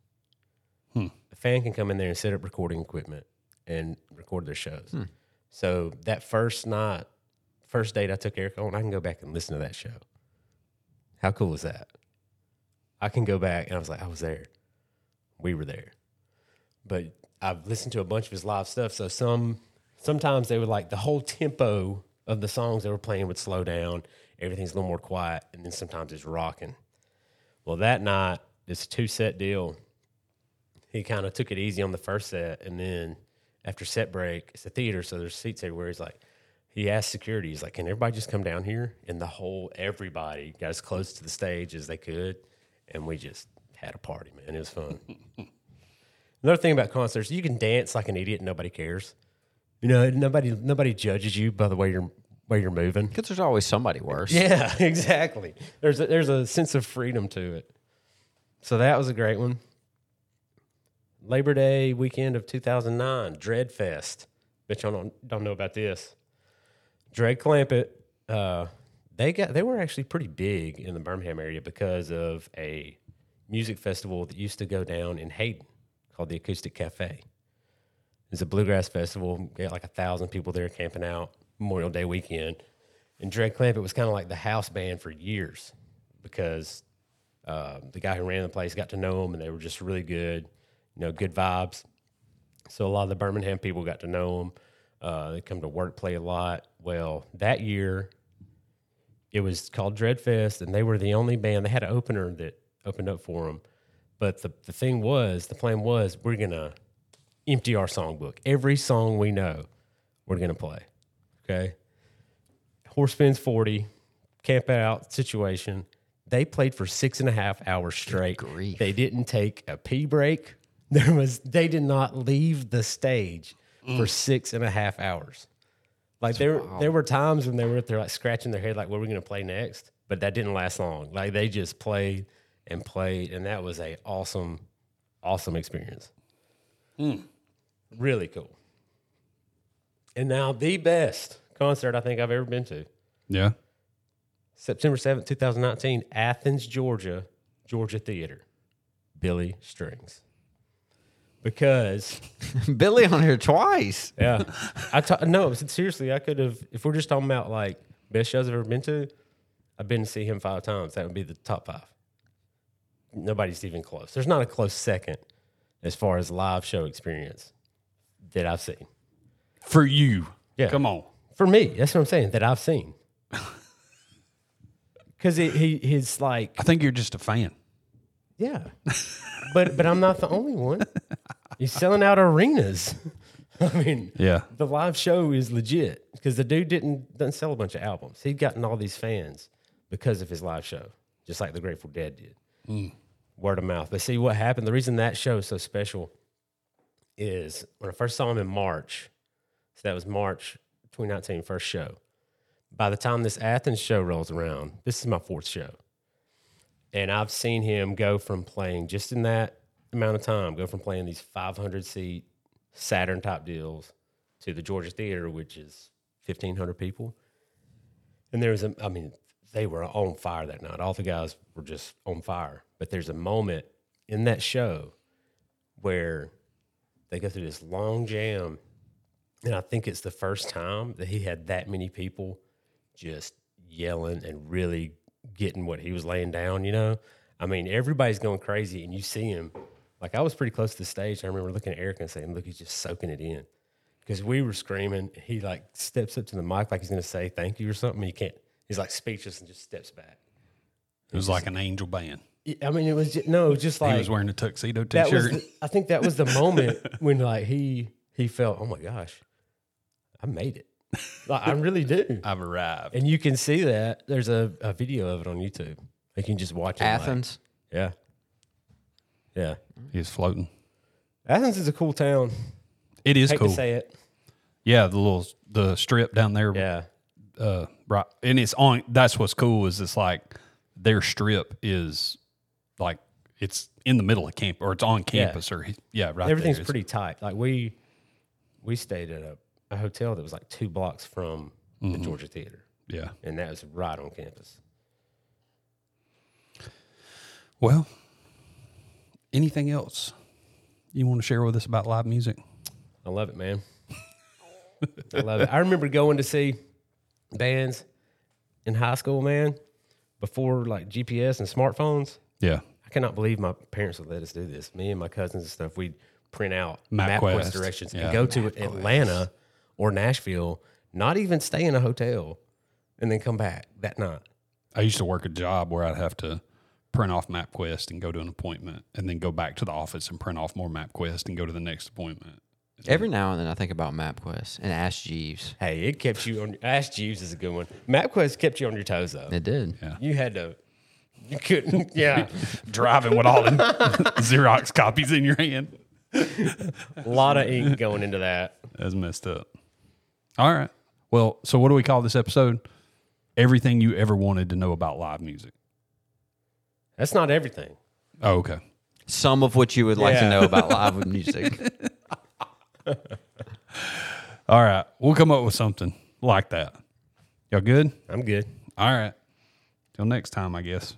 S2: A fan can come in there and set up recording equipment and record their shows. So that first night, first date I took Eric on, I can go back and listen to that show. How cool is that? I can go back and I was like, I was there. We were there but I've listened to a bunch of his live stuff. So some sometimes they would like the whole tempo of the songs they were playing would slow down. Everything's a little more quiet, and then sometimes it's rocking. Well, that night it's a two set deal. He kind of took it easy on the first set, and then after set break, it's a theater, so there's seats everywhere. He's like, he asked security, he's like, "Can everybody just come down here?" And the whole everybody got as close to the stage as they could, and we just had a party, man. It was fun. Another thing about concerts, you can dance like an idiot. and Nobody cares. You know, nobody nobody judges you by the way you're way you're moving.
S3: Because there's always somebody worse.
S2: Yeah, exactly. There's a, there's a sense of freedom to it. So that was a great one. Labor Day weekend of 2009, Dreadfest. Bet y'all don't, don't know about this. Dread Clampett, uh, they got they were actually pretty big in the Birmingham area because of a music festival that used to go down in Hayden called the Acoustic Cafe. It's a bluegrass festival. Got like a thousand people there camping out Memorial Day weekend. And Dread Clampett was kind of like the house band for years because uh, the guy who ran the place got to know them and they were just really good, you know, good vibes. So a lot of the Birmingham people got to know them. Uh, they come to work play a lot. Well, that year it was called Dreadfest, and they were the only band. They had an opener that opened up for them. But the, the thing was, the plan was, we're going to empty our songbook. Every song we know, we're going to play. Okay. Horsepins 40, camp out situation. They played for six and a half hours straight.
S3: grief.
S2: They didn't take a pee break. There was they did not leave the stage for six and a half hours. Like there, there were times when they were up there like scratching their head, like, "What are we going to play next?" But that didn't last long. Like they just played and played, and that was a awesome, awesome experience. Really cool. And now the best concert I think I've ever been to,
S1: Yeah.
S2: September seventh, two thousand nineteen, Athens, Georgia, Georgia Theater, Billy Strings. Because
S3: Billy on here twice.
S2: yeah, I ta- no seriously, I could have if we're just talking about like best shows I've ever been to. I've been to see him five times. That would be the top five. Nobody's even close. There's not a close second as far as live show experience that I've seen.
S1: for you.
S2: Yeah.
S1: Come on.
S2: For me, that's what I'm saying that I've seen. Because he his like
S1: I think you're just a fan.
S2: Yeah. but but I'm not the only one. He's selling out arenas. I mean,
S1: Yeah.
S2: the live show is legit because the dude didn't doesn't sell a bunch of albums. He'd gotten all these fans because of his live show, just like the Grateful Dead did. Word of mouth. But see what happened. The reason that show is so special is when I first saw him in March. So that was March 2019, first show. By the time this Athens show rolls around, this is my fourth show. And I've seen him go from playing just in that amount of time, go from playing these 500 seat Saturn type deals to the Georgia Theater, which is 1,500 people. And there was a, I mean, they were on fire that night. All the guys were just on fire. But there's a moment in that show where they go through this long jam. And I think it's the first time that he had that many people just yelling and really getting what he was laying down, you know? I mean, everybody's going crazy and you see him. Like I was pretty close to the stage. I remember looking at Eric and saying, look, he's just soaking it in. Because we were screaming. He like steps up to the mic like he's gonna say thank you or something. And he can't he's like speechless and just steps back.
S1: It was like an angel band.
S2: I mean, it was just, no, it was just like
S1: He was wearing a tuxedo t
S2: that was
S1: shirt.
S2: the- I think that was the moment when like he he felt, oh my gosh, I made it. Like I really do.
S1: I've arrived.
S2: And you can see that there's a, a video of it on YouTube. You can just watch it. like-
S3: Athens.
S2: yeah. Yeah.
S1: He was floating.
S2: Athens is a cool town.
S1: It is
S2: Hate
S1: cool.
S2: to say it.
S1: Yeah, the little the strip down there.
S2: Yeah.
S1: Uh, right, and it's on. That's what's cool is it's like their strip is like it's in the middle of camp or it's on campus or he- yeah, right.
S2: Everything's
S1: there. It's-
S2: pretty tight. Like we we stayed at a, a hotel that was like two blocks from the Georgia Theater.
S1: Yeah.
S2: And that was right on campus.
S1: Well, anything else you want to share with us about live music?
S2: I love it, man. I love it. I remember going to see bands in high school, man, before like GPS and smartphones.
S1: Yeah.
S2: I cannot believe my parents would let us do this. Me and my cousins and stuff, we'd print out
S1: MapQuest.
S2: MapQuest, directions
S1: Yeah.
S2: and go to Atlanta or Nashville, not even stay in a hotel, and then come back that night.
S1: I used to work a job where I'd have to print off MapQuest and go to an appointment and then go back to the office and print off more MapQuest and go to the next appointment.
S3: Every now and then I think about MapQuest and Ask Jeeves.
S2: Hey, it kept you on. Ask Jeeves is a good one. MapQuest kept you on your toes though.
S3: It did.
S2: You had to. You couldn't. Yeah.
S1: Driving with all the Xerox copies in your hand.
S2: a lot of ink going into that.
S1: That's messed up. All right. Well, so what do we call this episode? Everything you ever wanted to know about live music.
S2: That's not everything.
S1: Oh, okay.
S3: Some of what you would like
S2: Yeah.
S3: to know about live music.
S1: All right. We'll come up with something like that. Y'all good?
S2: I'm good.
S1: All right. Till next time, I guess.